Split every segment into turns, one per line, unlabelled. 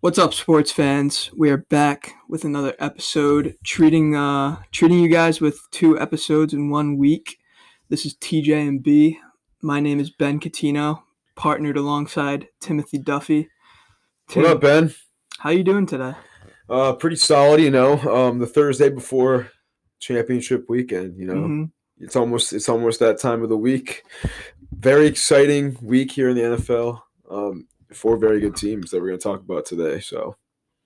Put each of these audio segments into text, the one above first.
What's up, sports fans? We are back with another episode, treating uh, treating you guys with two episodes in one week. This is TJ and B. My name is Ben Catino, partnered alongside Timothy Duffy. Tim,
What up, Ben?
how you doing today?
Uh, pretty solid, you know. Um, the Thursday before championship weekend, you know,
Mhm.
it's almost it's almost that time of the week. Very exciting week here in the NFL. Um, four very good teams that we're going to talk about today. So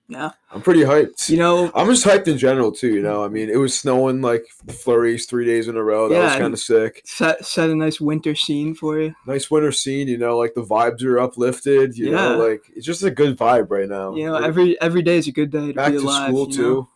Yeah.
I'm pretty hyped.
You know,
I'm just hyped in general too. You know, I mean, it was snowing like flurries three days in a row. That
Yeah,
was
and-
kind of sick.
set set a nice winter scene for you.
Nice winter scene. You know, like the vibes are uplifted. You
Yeah.
know, like it's just a good vibe right now.
You know,
We're
every every day is a good day to
Oh, back
be
to
alive.
school
you know?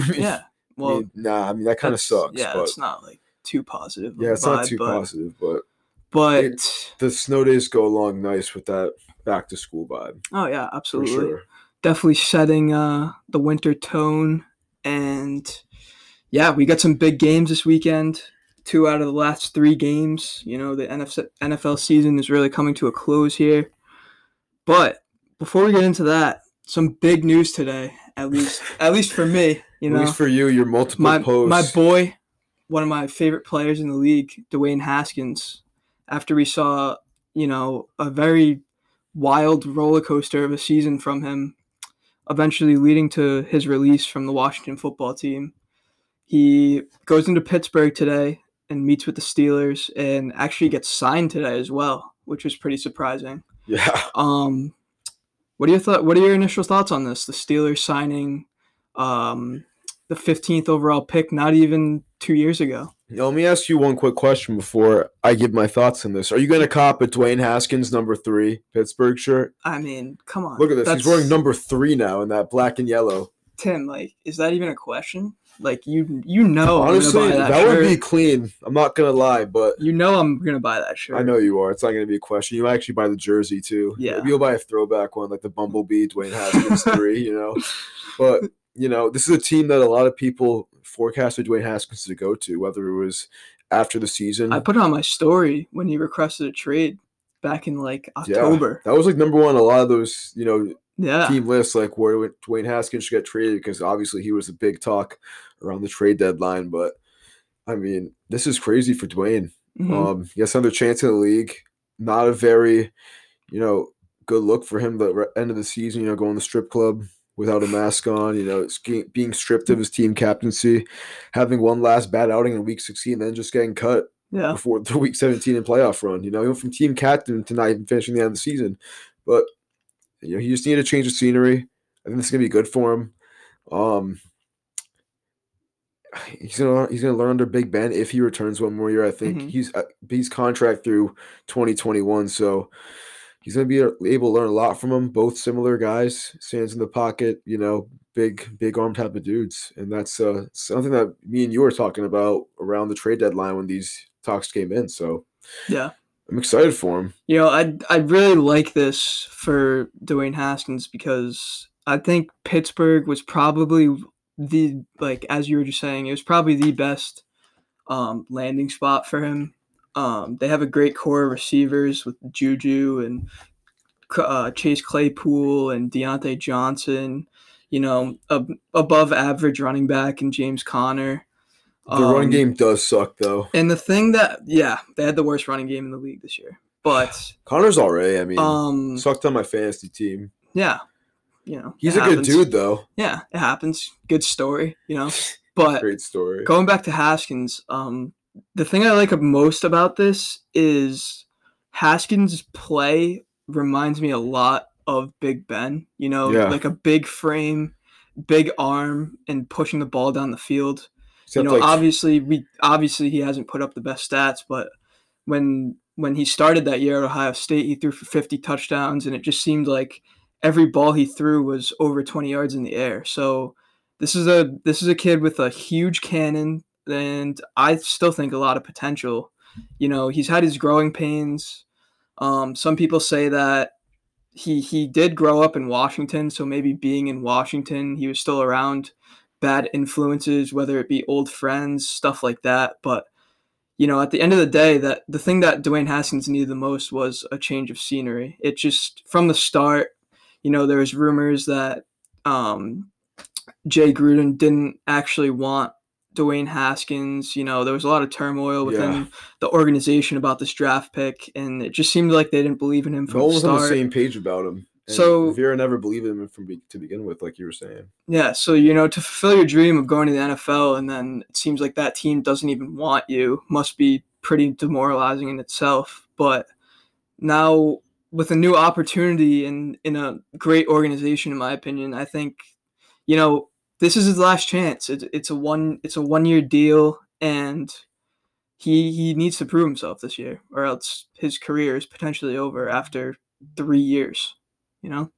too.
Yeah.
I
Well,
mean, nah, I mean that kind of
that's-
sucks.
Yeah,
but,
it's not like too positive. of
yeah,
a
it's not
vibe,
too
but,
positive, but
But
the snow days go along nice with that back to school vibe
oh yeah,
for
absolutely.
sure.
definitely setting uh, the winter tone. And yeah, we got some big games this weekend. Two out of the last three games. You know, the NF- NFL season is really coming to a close here. But before we get into that, some big news today, at least at least for me. You
At
know,
least for you, your multiple
my
posts.
my boy, one of my favorite players in the league, Dwayne Haskins. After we saw, you know, a very wild roller coaster of a season from him, eventually leading to his release from the Washington football team, he goes into Pittsburgh today and meets with the Steelers and actually gets signed today as well, which was pretty surprising.
yeah,
Um, what are your thought? What are your initial thoughts on this? The Steelers signing, um, the fifteenth overall pick, not even two years ago.
Now, let me ask you one quick question before I give my thoughts on this. Are you going to cop a Dwayne Haskins number three Pittsburgh shirt?
I mean, come on.
Look at this.
Uh, That's-
He's wearing number three now in that black and yellow.
Tim, like, is that even a question? Like, you you know,
Honestly,
I'm gonna buy
that,
that,
would be
shirt.
clean. I'm not going to lie, but
You know, I'm gonna buy that shirt.
I know you are. It's not going to be a question. You might actually buy the jersey too.
Yeah.
Maybe you'll buy a throwback one like the Bumblebee Dwayne Haskins three. You know, but you know this is a team that a lot of people forecasted Dwayne Haskins to go to, whether it was after the season.
I put it on my story when he requested a trade back in like
Yeah.
October.
That was like number one. on A lot of those, you know,
Yeah,
team lists like where would Dwayne Haskins should get traded because obviously he was a big talk around the trade deadline. But I mean, this is crazy for Dwayne.
Mhm.
Um, he has another chance in the league. Not a very, you know, good look for him. The re- end of the season, you know, going to the strip club without a mask on, you know, it's ge- being stripped of his team captaincy, having one last bad outing in week 16, then just getting cut
yeah.
before the week 17 and playoff run. You know, he went from team captain to not even finishing the end of the season. But, you know, he just needed a change of scenery. I think this is going to be good for him. Um, he's gonna he's gonna learn under Big Ben if he returns one more year. I think
Mhm.
he's uh, he's contract through 2021, so he's gonna be a- able to learn a lot from him. Both similar guys, stands in the pocket, you know, big big arm type of dudes, and that's uh, something that me and you were talking about around the trade deadline when these talks came in. So
Yeah.
I'm excited for him.
You know, I I really like this for Dwayne Haskins because I think Pittsburgh was probably the like as you were just saying, it was probably the best um, landing spot for him. Um, they have a great core of receivers with Juju and C- uh, Chase Claypool and Deontay Johnson. You know, ab- above average running back and James Conner. Um,
The running game does suck though.
and the thing that yeah, they had the worst running game in the league this year, but.
Connor's alright. I mean,
Um.
sucked on my fantasy team.
yeah. You know.
He's
it
a good
happens.
dude though.
Yeah, it happens. Good story. You know. But
Great story.
going back to Haskins, um, the thing I like most about this is Haskins' play reminds me a lot of Big Ben. You know,
Yeah.
like a big frame, big arm, and pushing the ball down the field you
Except
know,
like
obviously we obviously he hasn't put up the best stats, but when when he started that year at Ohio State, he threw for 50 touchdowns, and it just seemed like every ball he threw was over 20 yards in the air. So this is a this is a kid with a huge cannon, and I still think a lot of potential. You know, he's had his growing pains. Um, some people say that he he did grow up in Washington, so maybe being in Washington, he was still around bad influences, whether it be old friends, stuff like that. But you know, at the end of the day, that the thing that Dwayne Haskins needed the most was a change of scenery. It just from the start, you know, there was rumors that um, Jay Gruden didn't actually want Dwayne Haskins. You know, there was a lot of turmoil within
Yeah.
the organization about this draft pick, and it just seemed like they didn't believe in him from
No
the
one was on
start.
the same page about him. And
So-
Vera never believed in him from be- to begin with, like you were saying.
Yeah, so you know, to fulfill your dream of going to the NFL, and then it seems like that team doesn't even want you, must be pretty demoralizing in itself. But now, with a new opportunity and in a great organization, in my opinion, I think you know this is his last chance. It's it's a one it's a one year deal, and he he needs to prove himself this year, or else his career is potentially over after three years. You know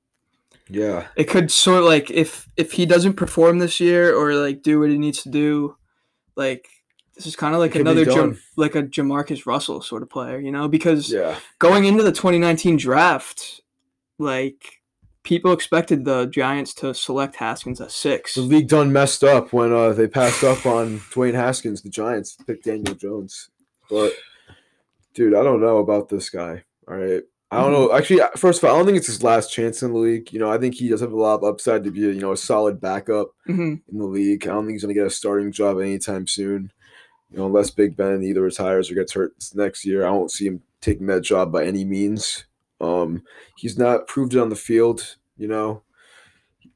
Yeah,
it could sort of like if if he doesn't perform this year or like do what he needs to do, like this is kind of like
could be
another Jam-
done.
like a Jamarcus Russell sort of player, you know? Because
yeah,
going into the 2019 draft, like people expected the Giants to select Haskins at six.
the league done messed up when uh, they passed up on Dwayne Haskins. The Giants picked Daniel Jones, but dude, I don't know about this guy. All right, I don't know. Actually, I- first of all, I don't think it's his last chance in the league. You know, I think he does have a lot of upside to be, a, you know, a solid backup.
Mhm.
in the league. I don't think he's going to get a starting job anytime soon. You know, unless Big Ben either retires or gets hurt s- next year, I don't see him taking that job by any means. Um, he's not proved it on the field. You know,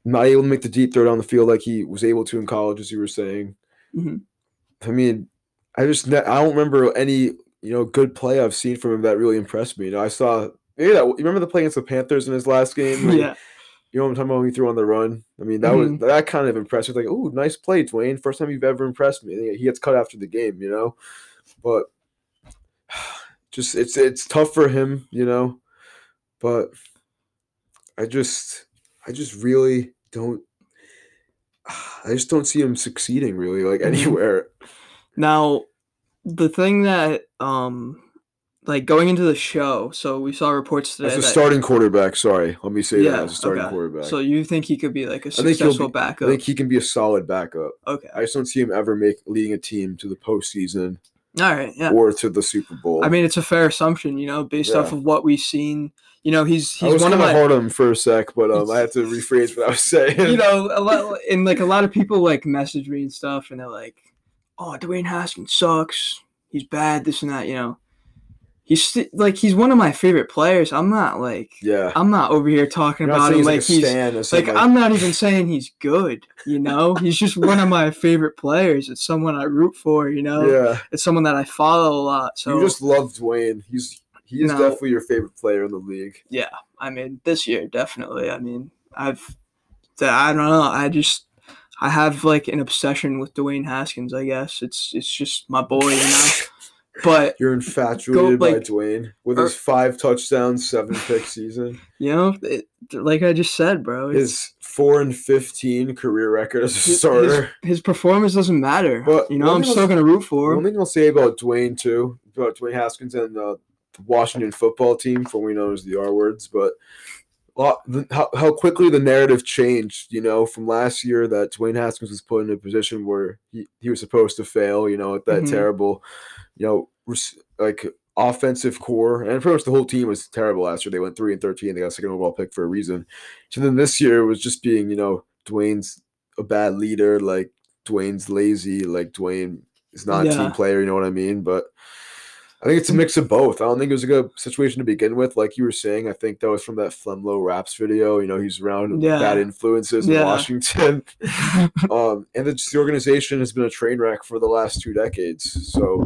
not able to make the deep throw down the field like he was able to in college, as you were saying.
Mhm.
I mean, I just ne- I don't remember any you know good play I've seen from him that really impressed me. You know, I saw maybe that you remember the play against the Panthers in his last game. when he-
Yeah.
you know what I'm talking about? When he threw on the run. I mean, that
Mhm.
was that kind of impressed. me. It's like, oh, nice play, Dwayne. First time you've ever impressed me. He gets cut after the game, you know. But just it's it's tough for him, you know. But I just I just really don't. I just don't see him succeeding really, like
Mhm.
anywhere.
Now, the thing that um like going into the show, so we saw reports today
As a
that-
starting quarterback, sorry, let me say that as a starting
okay.
quarterback.
So you think he could be like a
think he'll
successful
be- I
backup?
think he can be a solid backup.
okay.
I just don't see him ever make leading a team to the postseason
All right. Yeah.
or to the Super Bowl.
I mean, it's a fair assumption, you know, based off
Yeah.
of what we've seen. You know, he's
I
he's
was
one of
kind of
my,
hard on him for a sec, but um, I have to rephrase what I was saying.
you know, a lot, and like a lot of people like message me and stuff, and they're like, "Oh, Dwayne Haskins sucks. He's bad. This and that." You know, he's sti- like he's one of my favorite players. I'm not like
yeah,
I'm not over here talking
You're not
about him
saying he's
like
like a
he's
stan or
like
something like,
I'm not even saying he's good. You know, he's just one of my favorite players. It's someone I root for. You know,
yeah.
it's someone that I follow a lot. So
you just love Dwayne. He's he is
No.
definitely your favorite player in the league.
yeah i mean this year definitely i mean i've th- i don't know i just i have like an obsession with dwayne haskins i guess it's it's just my boy you know but
You're infatuated by
like,
Dwayne with
er-
his five touchdowns, seven pick season,
you know it, like i just said bro it's-
his four and fifteen career record as a
his-
starter.
his performance doesn't matter
But
you know
one
i'm
thing I'll
still
s-
gonna root for
One
him
thing I'll say about Dwayne too, about Dwayne Haskins and uh, the Washington football team, formerly known as the R words, but lot, the, how, how quickly the narrative changed, you know, from last year that Dwayne Haskins was put in a position where he, he was supposed to fail, you know, at that
Mhm.
terrible, you know, res- like offensive core, and pretty much the whole team was terrible last year. They went three and thirteen. They got a second overall pick for a reason. So then this year was just being, you know, Dwayne's a bad leader, like Dwayne's lazy, like Dwayne is not a
Yeah.
team player. You know what I mean? But I think it's a mix of both. I don't think it was a good situation to begin with. Like you were saying, I think that was from that Flemlo Raps video. You know, he's around
Yeah.
bad influences in
Yeah.
Washington. um, and it's, the organization has been a train wreck for the last two decades. So,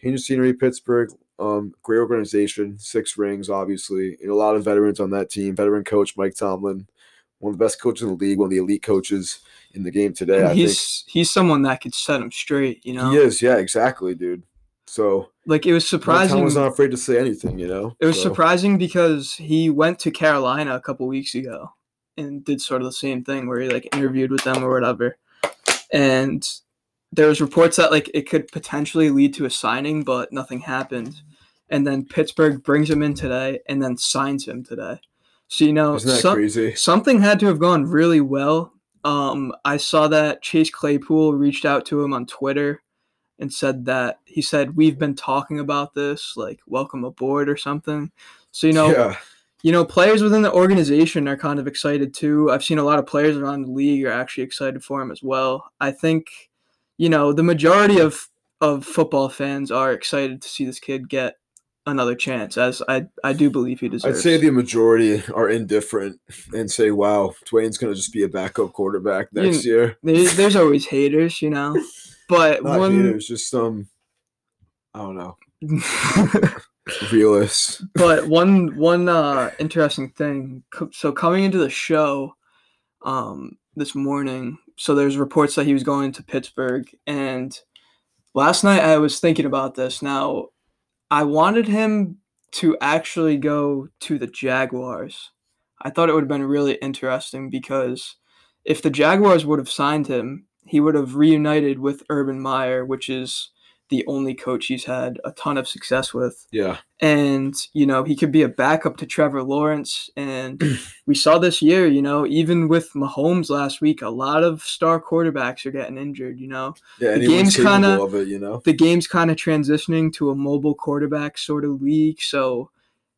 change of scenery, Pittsburgh, um, great organization, six rings, obviously, and a lot of veterans on that team. Veteran coach Mike Tomlin, one of the best coaches in the league, one of the elite coaches in the game today. I think
he's he's someone that could set him straight you know
he is. Yeah, exactly, dude. So
like it was
Mike
surprising
Tomlin's not afraid to say anything. You know,
It was
So-
surprising because he went to Carolina a couple weeks ago and did sort of the same thing where he like interviewed with them or whatever. And there was reports that like it could potentially lead to a signing, but nothing happened. And then Pittsburgh brings him in today and then signs him today. So you know
Isn't that
some-
crazy?
something had to have gone really well. Um, I saw that Chase Claypool reached out to him on Twitter and said that he said we've been talking about this, like welcome aboard or something. So you know,
yeah,
you know, players within the organization are kind of excited too. I've seen a lot of players around the league are actually excited for him as well. I think, you know, the majority of of football fans are excited to see this kid get another chance, as I I do believe he deserves.
I'd say the majority are indifferent and say, "Wow, Dwayne's going to just be a backup quarterback
You-
next year."
there's, there's always haters, you know, but
Not
one.
haters, just some. I don't know. Realists.
but one one uh interesting thing co- so coming into the show um this morning so there's reports that he was going to pittsburgh and last night i was thinking about this now i wanted him to actually go to the jaguars i thought it would have been really interesting because if the jaguars would have signed him he would have reunited with urban meyer which is the only coach he's had a ton of success with
Yeah.
and you know he could be a backup to Trevor Lawrence. And we saw this year, you know, even with Mahomes last week, a lot of star quarterbacks are getting injured. You know, The
Yeah. Anyone's
game's
capable
kinda-
of it, you know.
the game's kind of transitioning to a mobile quarterback sort of league, so.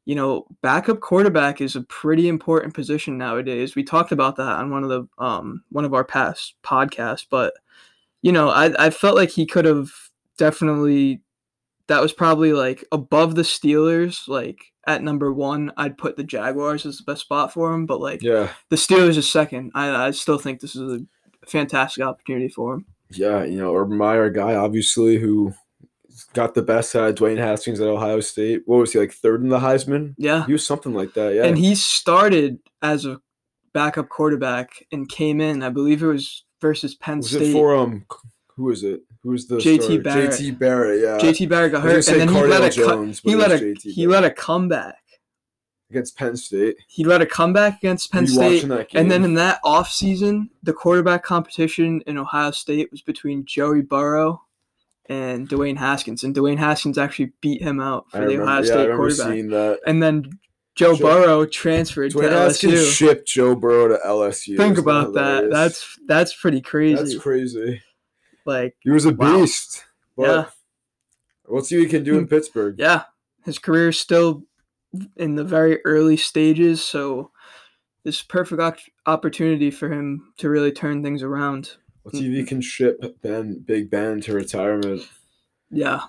You know, backup quarterback is a pretty important position nowadays. We talked about that on one of the um, one of our past podcasts, but you know, I, I felt like he could have definitely that was probably like above the Steelers, like at number one, I'd put the Jaguars as the best spot for him. But like
Yeah.
the Steelers is second. I, I still think this is a fantastic opportunity for him.
Yeah, you know, Urban Meyer, a guy obviously who got the best out of Dwayne Haskins at Ohio State. What was he like third in the Heisman?
Yeah.
He was something like that. Yeah,
And he started as a backup quarterback and came in, I believe it was versus Penn
was
State.
it for um? Who is it? Who is the
JT
starter?
Barrett.
JT Barrett. Yeah,
JT Barrett got
I uh, was
hurt,
gonna
and then he
say Cardale
led a co-
Jones, but
he
it
led
was
a
JT
he led
Barrett.
a comeback.
against Penn State.
He led a comeback against Penn
Were you
State.
watching that game?
And then in that offseason, the quarterback competition in Ohio State was between Joey Burrow and Dwayne Haskins. And Dwayne Haskins actually beat him out for
I
the
remember,
Ohio
yeah, I
State
remember
quarterback.
seeing that.
And then Joe
Joe-
Burrow transferred to
Dwayne Haskins
LSU.
shipped Joe Burrow to LSU.
Think
Isn't
about that.
hilarious?
That's that's pretty crazy.
that's crazy.
like,
He was a
Wow.
beast. But
Yeah. Hmm.
We'll see what he can do in Pittsburgh.
yeah, his career is still in the very early stages, so this is perfect op- opportunity for him to really turn things around.
Let's see if he can ship Ben, Big Ben, to retirement.
Yeah.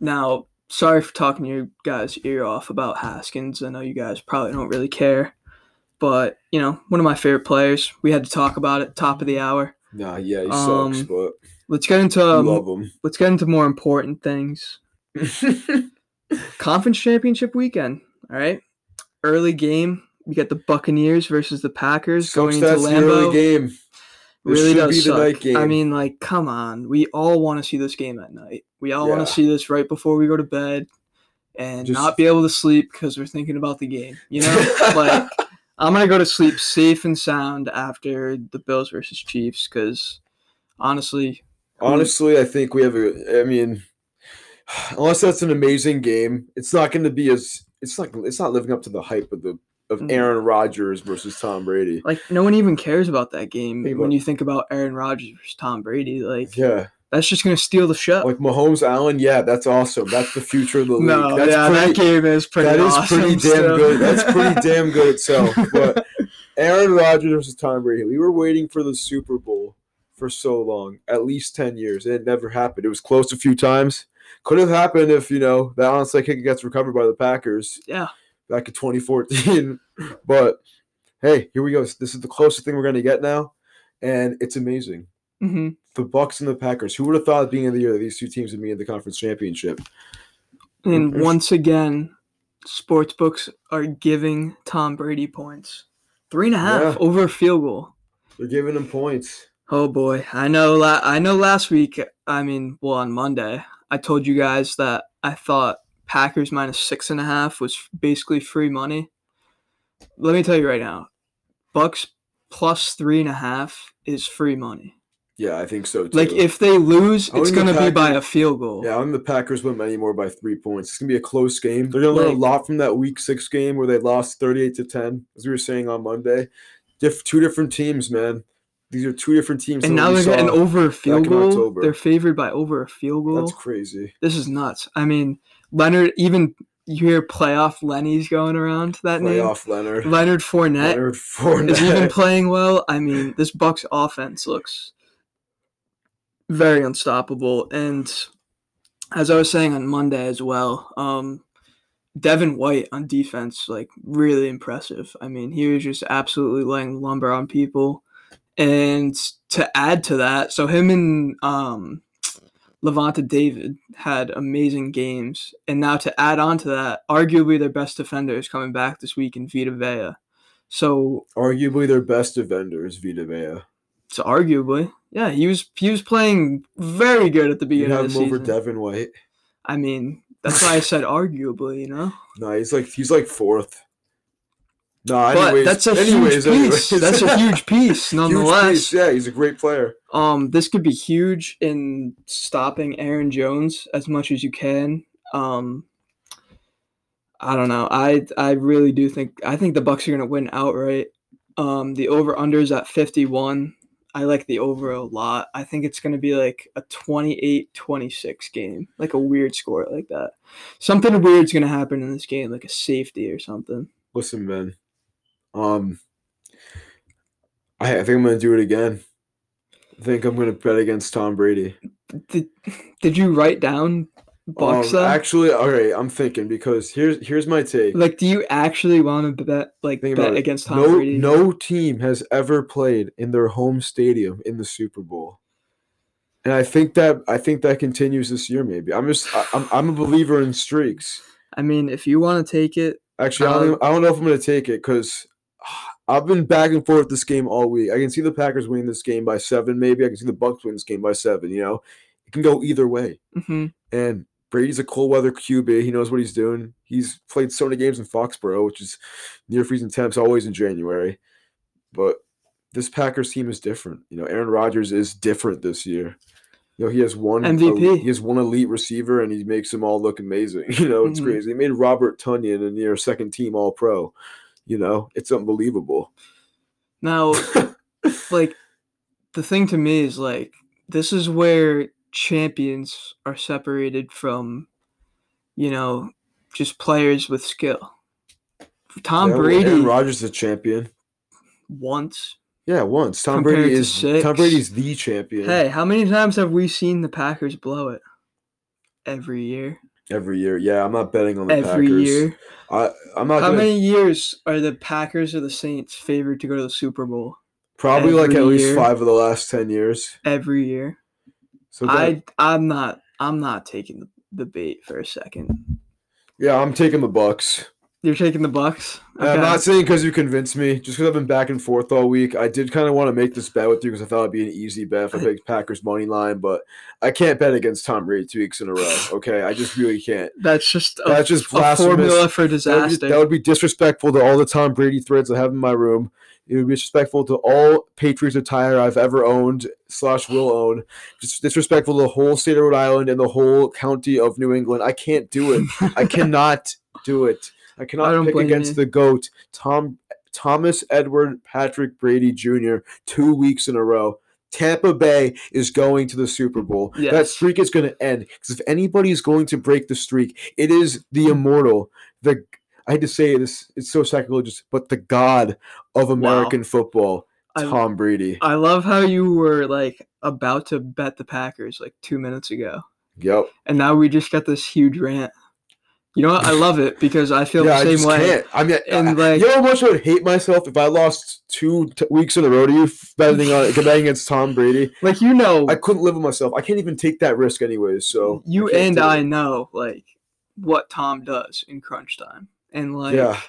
now, sorry for talking your guys' ear off about Haskins. I know you guys probably don't really care, but you know, one of my favorite players. We had to talk about it. Top of the hour.
Nah, yeah, he
Um,
sucks, but
Let's get into
I
um,
love him.
let's get into more important things. Conference championship weekend. All right, early game. We got the Buccaneers versus the Packers
Sucks
going into
that's the early
Lambeau.
game. This
really
should
does
be
suck.
the night game.
I mean, like, come on. We all want to see this game at night. We all
Yeah.
want to see this right before we go to bed and
Just-
not be able to sleep because we're thinking about the game. You know, like, I'm gonna go to sleep safe and sound after the Bills versus Chiefs because honestly,
honestly, I think we have a. I mean, unless that's an amazing game, it's not going to be as. It's not. It's not living up to the hype of the of
Mm.
Aaron Rodgers versus Tom Brady.
like, no one even cares about that game
Think
when
about-
you think about Aaron Rodgers versus Tom Brady. Like,
Yeah,
that's just gonna steal the show.
like Mahomes Allen. Yeah, that's awesome. That's the future of the league.
no,
that's
yeah, that game is pretty.
That is
awesome
pretty damn
still.
good. That's pretty damn good itself. But Aaron Rodgers versus Tom Brady. We were waiting for the Super Bowl for so long, at least ten years, and it never happened. It was close a few times. Could have happened if you know that onside kick gets recovered by the Packers
yeah.
back in 2014. but hey, here we go. This is the closest thing we're going to get now, and it's amazing.
hmm
The Bucks and the Packers. Who would have thought at the beginning of the year that these two teams would be in the conference championship?
And
There's-
once again, sports books are giving Tom Brady points. Three and a half
Yeah.
over a field goal.
They're giving them points.
Oh boy. I know la- I know last week, I mean, well on Monday, I told you guys that I thought Packers minus six and a half was basically free money. Let me tell you right now, Bucks plus three and a half is free money.
Yeah, I think so too.
Like if they lose,
I
it's
wouldn't
gonna be
attack
by
you.
a field goal.
Yeah, I think the Packers win anymore by three points. It's gonna be a close game. They're gonna learn
Like-
a lot from that Week Six game where they lost thirty-eight to ten, as we were saying on Monday. Diff- two different teams, man. These are two different teams.
And
than
now
what we
they're getting
saw.
over a field
in
goal.
October.
They're favored by over a field goal.
That's crazy.
This is nuts. I mean, Leonard, even you hear playoff Lenny's going around that name.
Playoff Leonard.
Leonard Fournette
Leonard
is even
Fournette.
playing well. I mean, this Bucks offense looks very unstoppable. And as I was saying on Monday as well, um, Devin White on defense, like really impressive. I mean, he was just absolutely laying lumber on people. And to add to that, so him and um, Levante David had amazing games. And now to add on to that, arguably their best defender is coming back this week in Vita Vea. So
Arguably their best defender is Vita Vea.
so arguably, yeah, he was he was playing very good at the
You
beginning
have
of
him
the
over
season.
Devin White.
I mean, that's why I said arguably, you know.
No, he's like he's like fourth. No,
but
anyways,
that's a
anyways,
huge piece.
anyways.
That's a huge piece,
Huge
nonetheless.
piece, Yeah, he's a great player.
Um, this could be huge in stopping Aaron Jones as much as you can. Um, I don't know. I I really do think I think the Bucks are gonna win outright. Um, the over under is at fifty one. I like the over a lot. I think it's going to be like a 28-26 game, like a weird score like that. Something weird's going to happen in this game, like a safety or something.
Listen, man. Um, I, I think I'm gonna do it again. I think I'm gonna bet against Tom Brady.
Did Did you write down Bucks?
Um,
though?
actually, all right. I'm thinking because here's here's my take.
Like, do you actually want to bet like
Think about
bet
it.
against Tom
no,
Brady?
no team has ever played in their home stadium in the Super Bowl, and I think that I think that continues this year. Maybe I'm just I, I'm I'm a believer in streaks.
I mean, if you want to take it,
Actually, I, don't,
Um,
even- I don't know if I'm going to take it because I've been back and forth this game all week. I can see the Packers winning this game by seven, maybe. I can see the Bucks win this game by seven. You know, it can go either way.
mhm,
And Brady's a cold weather QB. He knows what he's doing. He's played so many games in Foxborough, which is near freezing temps, always in January. But this Packers team is different. You know, Aaron Rodgers is different this year. You know, he has one el-
MVP.
he has one elite receiver, and he makes them all look amazing. You know, it's
Mhm.
crazy. He made Robert Tunyon a near second team All Pro. You know, it's unbelievable.
now like the thing to me is like this is where champions are separated from, you know, just players with skill. Tom
Yeah, well,
Brady
Aaron Rodgers is a champion.
once.
Yeah, once Tom Brady
Compared to
is Tom
six.
Brady's the champion
Hey, how many times have we seen the Packers blow it? Every year.
every year. Yeah, I'm not betting on the
Every
Packers.
year.
I I'm not
How
gonna,
many years are the Packers or the Saints favored to go to the Super Bowl?
probably like at
every
least
year?
five of the last ten years.
Every year.
So that-
I I'm not I'm not taking the, the bait for a second.
yeah, I'm taking the Bucks.
You're taking the Bucks.
And I'm not saying because you convinced me, just because I've been back and forth all week. I did kind of want to make this bet with you because I thought it'd be an easy bet if I
I-
picked Packers money line, but I can't bet against Tom Brady two weeks in a row. Okay, I just really can't.
That's just a,
That's just
a
blasphemous.
formula for
That would, be,
disaster.
that would be disrespectful to all the Tom Brady threads I have in my room. It would be disrespectful to all Patriots attire I've ever owned slash will own. Just disrespectful to the whole state of Rhode Island and the whole county of New England. I can't do it. I cannot do it. I cannot
don't
pick
blame
against
you.
the goat Tom Thomas Edward Patrick Brady Jr. two weeks in a row. Tampa Bay is going to the Super Bowl. That
Yes.
streak is going to end because if anybody is going to break the streak, it is the immortal, the I hate to say this, it's so sacrilegious, but the god of American football,
I,
Tom Brady.
I love how you were like about to bet the Packers like two minutes ago,
Yep.
and now we just got this huge rant. You know what? I love it because I feel
yeah, I
the
just
same way.
can't. I mean,
And,
I-
like-
you know how much I would hate myself if I lost two t- weeks in a row to you f- betting on betting against Tom Brady.
Like you know,
I couldn't live with myself. I can't even take that risk, anyways. So
you
can't
and
do it.
I know like what Tom does in crunch time, and like
Yeah.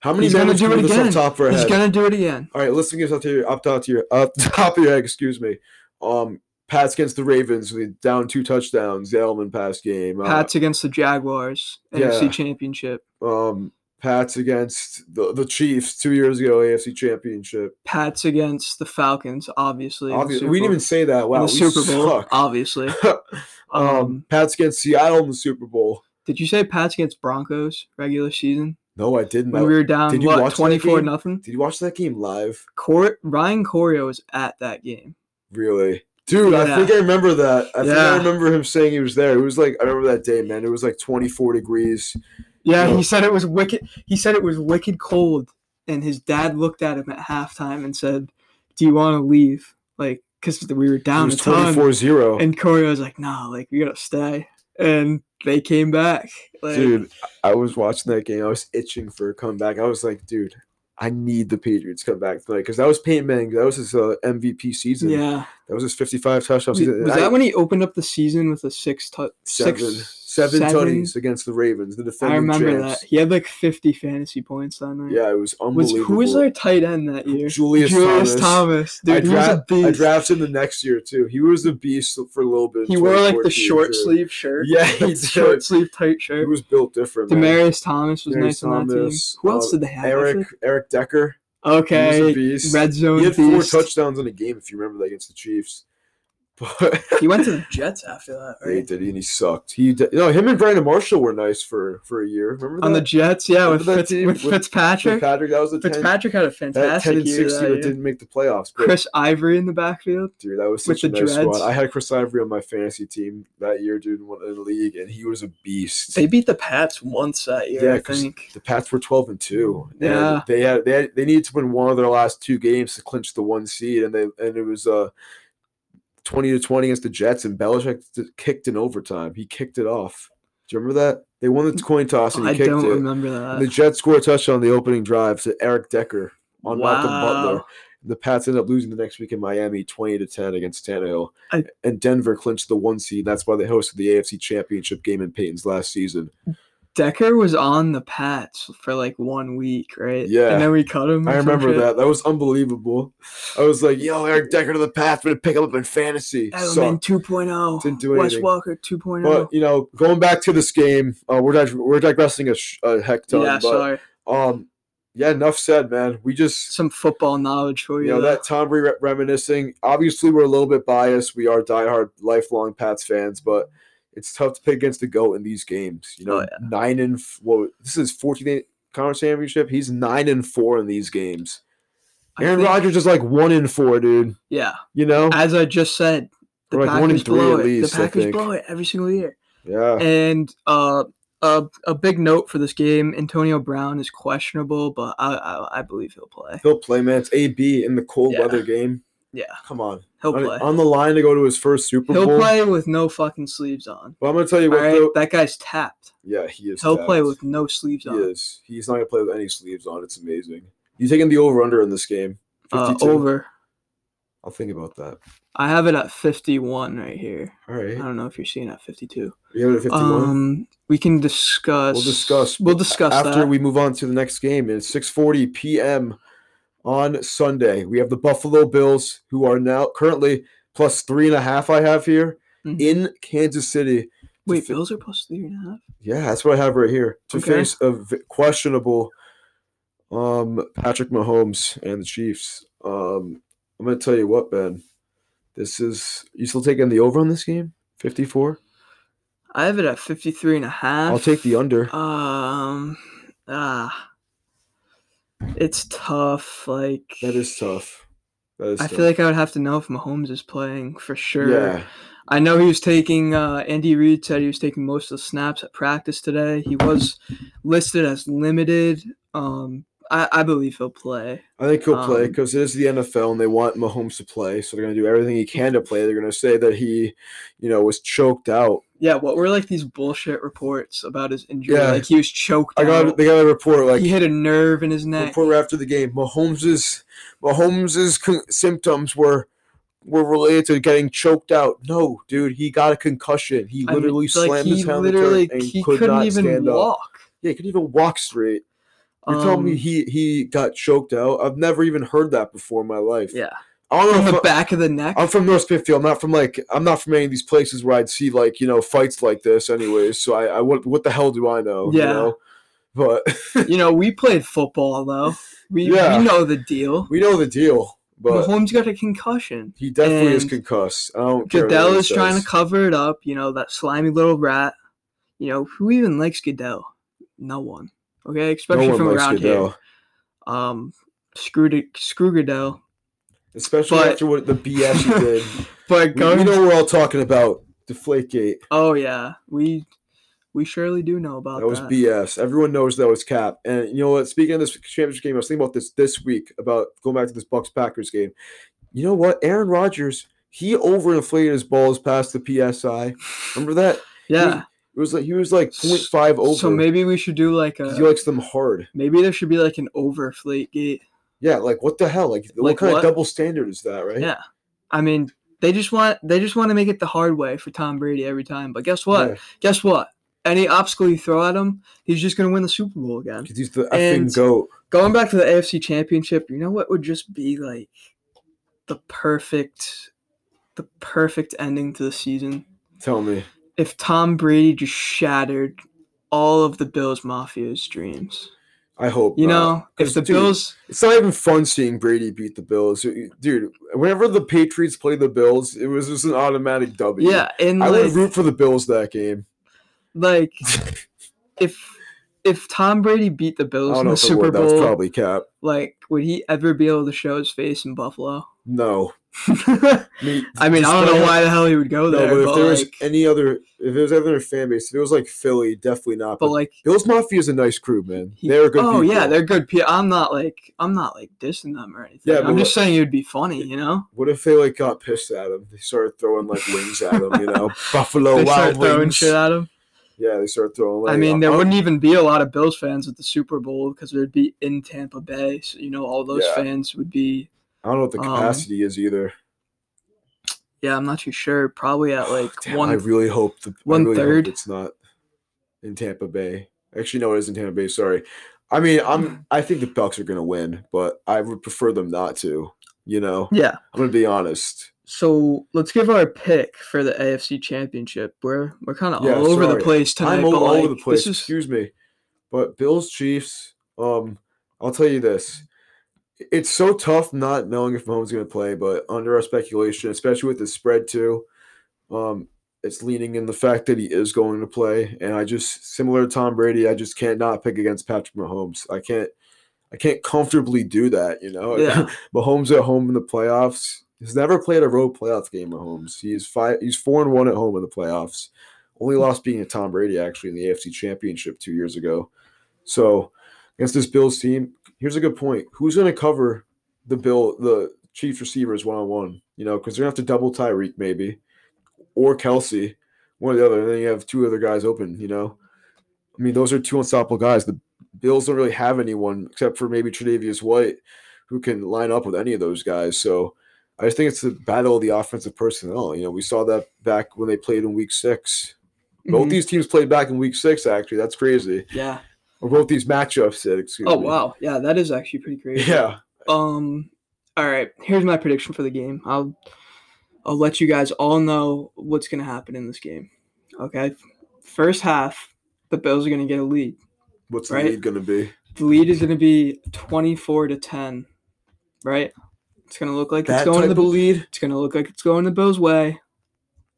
How many
He's gonna
members
do
can
it
we list off
again.
top of our
he's
head?
gonna do it again.
All right, let's think up to your up top to your up top of your head. Excuse me. Um, Pats against the Ravens, we down two touchdowns. The Edelman pass game. Uh,
Pats against the Jaguars,
yeah.
NFC Championship.
um, Pats against the, the Chiefs two years ago, AFC Championship.
Pats against the Falcons, obviously. in the
Obviously,
Super
we didn't
Bowl.
even say that. Wow,
in the
we
Super Bowl,
suck.
obviously.
um,
Um,
Pats against Seattle in the Super Bowl.
did you say Pats against Broncos regular season
No, I didn't.
when we were down
Did you watch
what
that
twenty four
game?
nothing?
Did you watch that game live?
Cor- Ryan Corio was at that game.
Really? Dude, I
Yeah.
think I remember that. I think I
Yeah.
remember him saying he was there. It was like I remember that day, man. It was like 24 degrees.
Yeah,
Yeah.
he said it was wicked. He said it was wicked cold, and his dad looked at him at halftime and said, "Do you want to leave?" Like, because we were
It
down a
was
ton,
24-0.
and Corey was like, "Nah, like we gotta stay." And they came back. Like,
dude, I was watching that game. I was itching for a comeback. I was like, dude, I need the Patriots to come back tonight because that was Peyton Manning. That was his uh, MVP season.
yeah.
that was his 55 touchdown
Was,
season.
was
I-
that when he opened up the season with a six tu-
seven,
six
seven
seven?
tutties against the Ravens, the
I
defending
remember
champs.
that he had like fifty fantasy points that night.
Yeah, it was
was
unbelievable.
who was their tight end that year?
Julius, Thomas.
Thomas.
I,
Dude, he was a
dra- I
beast.
drafted him the next year too. He was a beast for a little bit. in
He wore like the
2014,
short
too.
sleeve shirt.
Yeah, he did.
short sleeve tight
He
shirt.
was built different. man.
Demarius Thomas was
Demaryius
nice on that team.
Thomas,
Who else
uh,
did they have? I
Eric
think-
Eric Decker. He was a
Okay.
beast.
Red zone
He had four
beast.
touchdowns in a game, if you remember that against the Chiefs. But
He went to the Jets after that,
they
right?
did, and he sucked. He did, no, him and Brandon Marshall were nice for for a year. Remember that?
On the Jets, yeah, with,
Remember that
Fitz,
team
with
with
Fitzpatrick.
Fitzpatrick, that was the 10,
Fitzpatrick had a
that
fantastic
10 and
year.
6 year
That year.
didn't make the playoffs. But
Chris Ivory in the backfield.
dude, that was
with
such a
the
nice
dreads.
squad. I had Chris Ivory on my fantasy team that year, dude, in one- in the league, and he was a beast.
They beat the Pats once that year,
Yeah,
I
'cause-
think.
the Pats were 12 and 2. and
Yeah.
They had they had, they needed to win one of their last two games to clinch the one seed and they and it was uh 20 to 20 against the Jets and Belichick d- kicked in overtime. He kicked it off. Do you remember that? They won the coin toss and he
I
kicked
don't
it.
remember
And the
that.
Jets scored a touchdown on the opening drive to Eric Decker on Malcolm Butler.
Wow.
The Pats ended up losing the next week in Miami 20 to 10 against Tannehill.
I-
and Denver clinched the one seed. That's why they hosted the AFC Championship game in Peyton's last season.
Decker was on the Pats for like one week, right?
Yeah.
And then we cut him. or
I
some
remember
shit.
that. That was unbelievable. I was like, yo, Eric Decker to the path, but pick him up in fantasy.
Edelman
So,
2.0.
Didn't do
oh. Wes
anything.
Walker 2.0.
but you know, going back to this game, uh, we're dig- we're digressing a, sh- a heck ton.
yeah,
but,
sorry.
Um, yeah, enough said, man. We just
Some football knowledge for
you
you.
know
though.
that Tom Brady re- reminiscing. Obviously, we're a little bit biased. We are diehard, lifelong Pats fans, but. It's tough to pick against the goat in these games. You know,
Oh,
nine and f- what? This is 14th conference championship. He's nine and four in these games.
I
Aaron
think-
Rodgers is like one in four, dude.
Yeah,
You know?
as I just said, the
We're like
Packers
one in three
blow
at
it.
least, I
the Packers
think.
blow it every single year.
yeah.
And uh, a a big note for this game: Antonio Brown is questionable, but I I, I believe he'll play.
He'll play, man. It's AB in the cold
Yeah.
weather game.
Yeah,
Come on.
he'll
on,
play.
on the line to go to his first Super
He'll
Bowl.
play with no fucking sleeves on.
But I'm going to tell you
All
what,
right,
though.
that guy's tapped.
Yeah, he is.
He'll play
tapped.
with no sleeves
He
on.
is. He's not going to play with any sleeves on. It's amazing. You taking the over under in this game?
Uh,
52.
over.
I'll think about that.
I have it at fifty-one right here.
All
I
right.
don't know if you're seeing at fifty-two.
You have it at 51.
Um, we can discuss.
we'll discuss.
We'll discuss
after
that.
we move on to the next game. It's 6:40 p.m. on Sunday. We have the Buffalo Bills, who are now currently plus three and a half. I have here
Mhm.
in Kansas City. to
Wait,
fa-
Bills are plus three and a half.
yeah, that's what I have right here to
Okay.
face a v- questionable um Patrick Mahomes and the Chiefs. Um, I'm gonna tell you what, Ben. This is you still taking the over on this game? 54.
I have it at 53 and a half.
I'll take the under.
uh, Um, ah, it's tough. Like
That is tough. That is
I
tough.
feel like I would have to know if Mahomes is playing for sure.
yeah.
I know he was taking. Uh, Andy Reid said he was taking most of the snaps at practice today. He was listed as limited. Um, I, I believe he'll play.
I think he'll play
Um,
because it is the NFL and they want Mahomes to play, so they're going to do everything he can to play. They're going to say that he, you know, was choked out.
Yeah, what were like these bullshit reports about his injury?
Yeah.
Like he was choked
I got
out.
they got a report like
he hit a nerve in his neck.
report after the game. Mahomes's Mahomes's con- symptoms were were related to getting choked out. No, dude, he got a concussion. He
I mean,
literally
like,
slammed his head on the
literally-
turf and
he
could
couldn't
not
even
stand up.
walk.
Yeah, he couldn't even walk straight. You're telling me
Um,
he he got choked out? I've never even heard that before in my life.
Yeah.
I don't know
From
if
the
I-
back of the neck.
I'm from North Smithfield. I'm not from like I'm not from any of these places where I'd see like you know fights like this. Anyways, so I, I what what the hell do I know? You
Yeah.
know? But
you know, we played football though. We
Yeah.
we know the deal.
we know the deal. But
Mahomes got a concussion.
he definitely is
and
concussed. I don't care. what
Goodell
anyone
is trying
says.
to cover it up. You know that slimy little rat. You know who even likes Goodell? No one. Okay, especially
one
from
likes
around
Goodell,
here. Um, screw it, screw Goodell.
especially
But-
after what the BS he did.
But
We, we
going,
know we're all talking about Deflategate.
oh yeah, we we surely do know about
That was
that.
BS. Everyone knows that was cap. And you know what? Speaking of this championship game, I was thinking about this this week about going back to this Bucks Packers game. You know what? Aaron Rodgers, he overinflated his balls past the psi. Remember that?
yeah.
It was like he was like
S-
0.5 over.
So maybe uh, we should do like
'cause
a
he likes them hard.
maybe there should be like an overflate gate.
Yeah, like what the hell? Like, what
Like
kind
what?
of double standard is that, right?
Yeah. I mean, they just want they just want to make it the hard way for Tom Brady every time. But guess what?
Yeah,
Guess what? Any obstacle you throw at him, he's just gonna win the Super Bowl again.
'cause he's the
And-
effing goat.
Going back to the AFC Championship, you know what would just be like the perfect the perfect ending to the season?
Tell me.
if Tom Brady just shattered all of the Bills Mafia's dreams.
I hope.
You
not.
know, if
'Cause,
the
dude,
Bills
It's not even fun seeing Brady beat the Bills, dude. Whenever the Patriots play the Bills, it was just an automatic W.
Yeah, and
I would
like,
root for the Bills that game.
like if if Tom Brady beat the
I
Bills
don't
in
know
the
if it
Super
would. That was
Bowl,
probably cap.
like would he ever be able to show his face in Buffalo?
No,
I mean, I don't know why the hell he would go
No,
there,
but if
but,
there was
like,
any other, if there was other fan base, if it was like Philly, definitely not. But,
but like
Bills Mafia is a nice crew, man.
he-
they're good.
Oh yeah,
people.
they're good people. I'm not like I'm not like dissing them or anything.
Yeah, but
I'm just
what-
saying it would be funny, you know?
What if they like got pissed at him? They started throwing like wings at him, you know, Buffalo
they start
Wild
throwing
Wings.
shit at him.
Yeah, they started throwing. Like,
I mean, there
I'm-
wouldn't even be a lot of Bills fans at the Super Bowl because it would be in Tampa Bay. So, you know, all those
Yeah.
fans would be,
I don't know what the
um,
capacity is either.
yeah, I'm not too sure. Probably at like
Oh, Damn,
one.
I really hope the I
one
really hope
third.
it's not in Tampa Bay. Actually, no, it is in Tampa Bay. Sorry. I mean,
Hmm.
I'm. I think the Bucks are gonna win, but I would prefer them not to. You know,
yeah.
I'm gonna be honest.
So let's give our pick for the AFC Championship. We're we're kind of
Yeah,
all over
sorry.
the place tonight.
I'm
but
all, all over
like,
the place.
This is,
Excuse me, but Bills Chiefs. Um, I'll tell you this. It's so tough not knowing if Mahomes is going to play, but under our speculation, especially with the spread too, um, it's leaning in the fact that he is going to play. And I just similar to Tom Brady, I just can't not pick against Patrick Mahomes. I can't, I can't comfortably do that. You know,
yeah,
Mahomes at home in the playoffs. He's never played a road playoff game. Mahomes. He's five. He's four and one at home in the playoffs. Only lost being to Tom Brady actually in the AFC Championship two years ago. So against this Bills team, here's a good point. Who's going to cover the Bill the Chiefs receivers one on one? You know, because they're going to have to double Tyreek maybe or Kelsey, one or the other. And then you have two other guys open. You know, I mean those are two unstoppable guys. The Bills don't really have anyone except for maybe Tre'Davious White who can line up with any of those guys. So I just think it's the battle of the offensive personnel. You know, we saw that back when they played in week six. Both
Mhm.
these teams played back in week six, actually. That's crazy.
yeah.
Or both these matchups did, excuse
Oh
me.
wow, yeah, that is actually pretty crazy.
Yeah.
Um, all right. Here's my prediction for the game. I'll I'll let you guys all know what's gonna happen in this game. Okay. First half, the Bills are gonna get a lead.
What's
Right?
the lead gonna be?
The lead is gonna be 24 to 10. Right. It's gonna look like it's
That
going
type
the
of lead?
it's gonna look like it's going the Bills' way.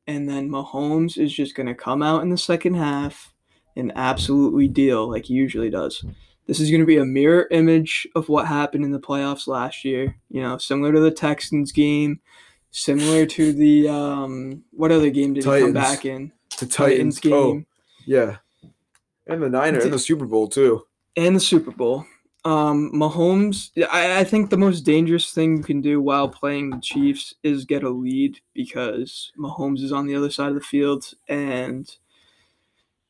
And then Mahomes is just gonna come out in the second half and absolutely deal like he usually does. This is gonna be a mirror image of what happened in the playoffs last year. You know, similar to the Texans game, similar to the um what other game did he come
Titans.
back in?
The Titans.
game
Oh, yeah. And the Niners and the Super Bowl too.
and the Super Bowl. Um, Mahomes, yeah, I, I think the most dangerous thing you can do while playing the Chiefs is get a lead because Mahomes is on the other side of the field and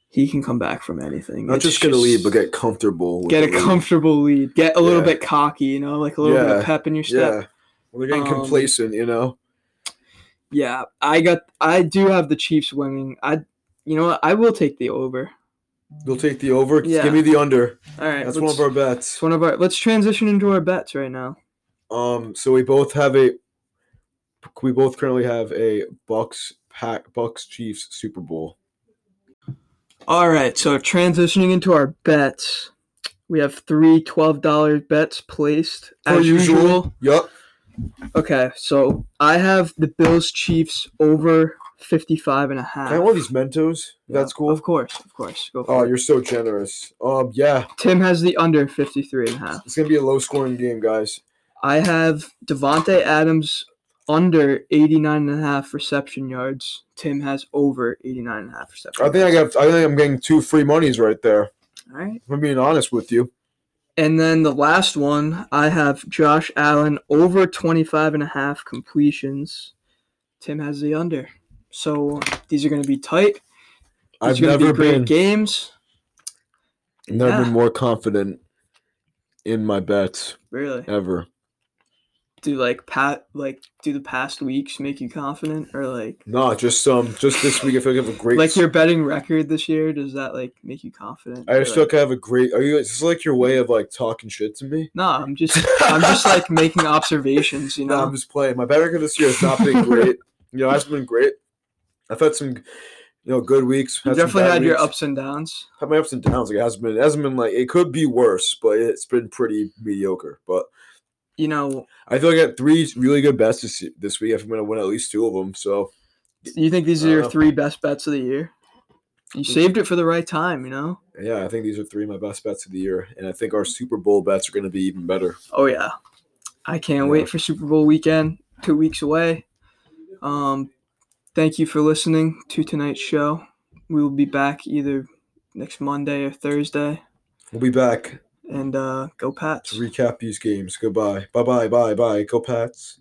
he can come back from anything.
Not
It's
just get a lead, but get comfortable. with
get a
the lead.
comfortable lead, get a little
Yeah.
bit cocky, you know, like a little bit of
Yeah.
pep in your step.
Yeah. Well, they're getting
Um,
complacent, you know.
Yeah, I got. I do have the Chiefs winning. I, you know, what? I will take the over.
You'll take the over.
Yeah.
Give me the under.
All right,
That's
let's-
one of our bets.
It's one of our. Let's transition into our bets right now.
Um, so we both have a we both currently have a Bucks pack Bucks Chiefs Super Bowl.
All right, so transitioning into our bets, we have three $12 bets placed as usual.
Yup.
Okay, so I have the Bills Chiefs over 55 and a half.
Can I have one of these Mentos? That's
Yeah,
cool.
Of course, of course. Go
Oh,
for it.
you're so generous. Um, yeah,
Tim has the under 53 and a half.
it's gonna be a low scoring game, guys.
I have Devonte Adams under 89 and a half reception yards. Tim has over 89 and a half reception.
I think I got. I think I'm getting two free monies right there.
All right.
If I'm being honest with you.
And then the last one, I have Josh Allen over 25 and a half completions. Tim has the under. So these are going to be tight. These
I've
are gonna
never
be great
been
games.
never
Yeah.
been more confident in my bets
Really?
ever.
Do like pat like do the past weeks make you confident or like
No, just um, just this week I feel like I have a great.
like your betting record this year? Does that like make you confident?
I
Or,
just feel
like,
like I have a great. Are you? Is this like your way of like talking shit to me?
no, I'm just I'm just like making observations. You
No,
know,
I'm just playing. My bet record this year has not been great. you know, it hasn't been great. I've had some, you know, good weeks.
you
some
definitely
bad
had your
weeks.
ups and downs.
Had my ups and downs. Like it hasn't been. It hasn't been like it could be worse, but it's been pretty mediocre. But
You know,
I feel like I got three really good bets this, this week. If I'm gonna win at least two of them, so
you think these are
Uh,
your three best bets of the year? You saved it for the right time. You know.
yeah, I think these are three of my best bets of the year, and I think our Super Bowl bets are gonna be even better.
Oh yeah, I can't
Yeah.
wait for Super Bowl weekend. Two weeks away. Um, thank you for listening to tonight's show. We will be back either next Monday or Thursday.
We'll be back
And uh, go Pats.
to recap these games. Goodbye. Bye bye bye bye. Go Pats.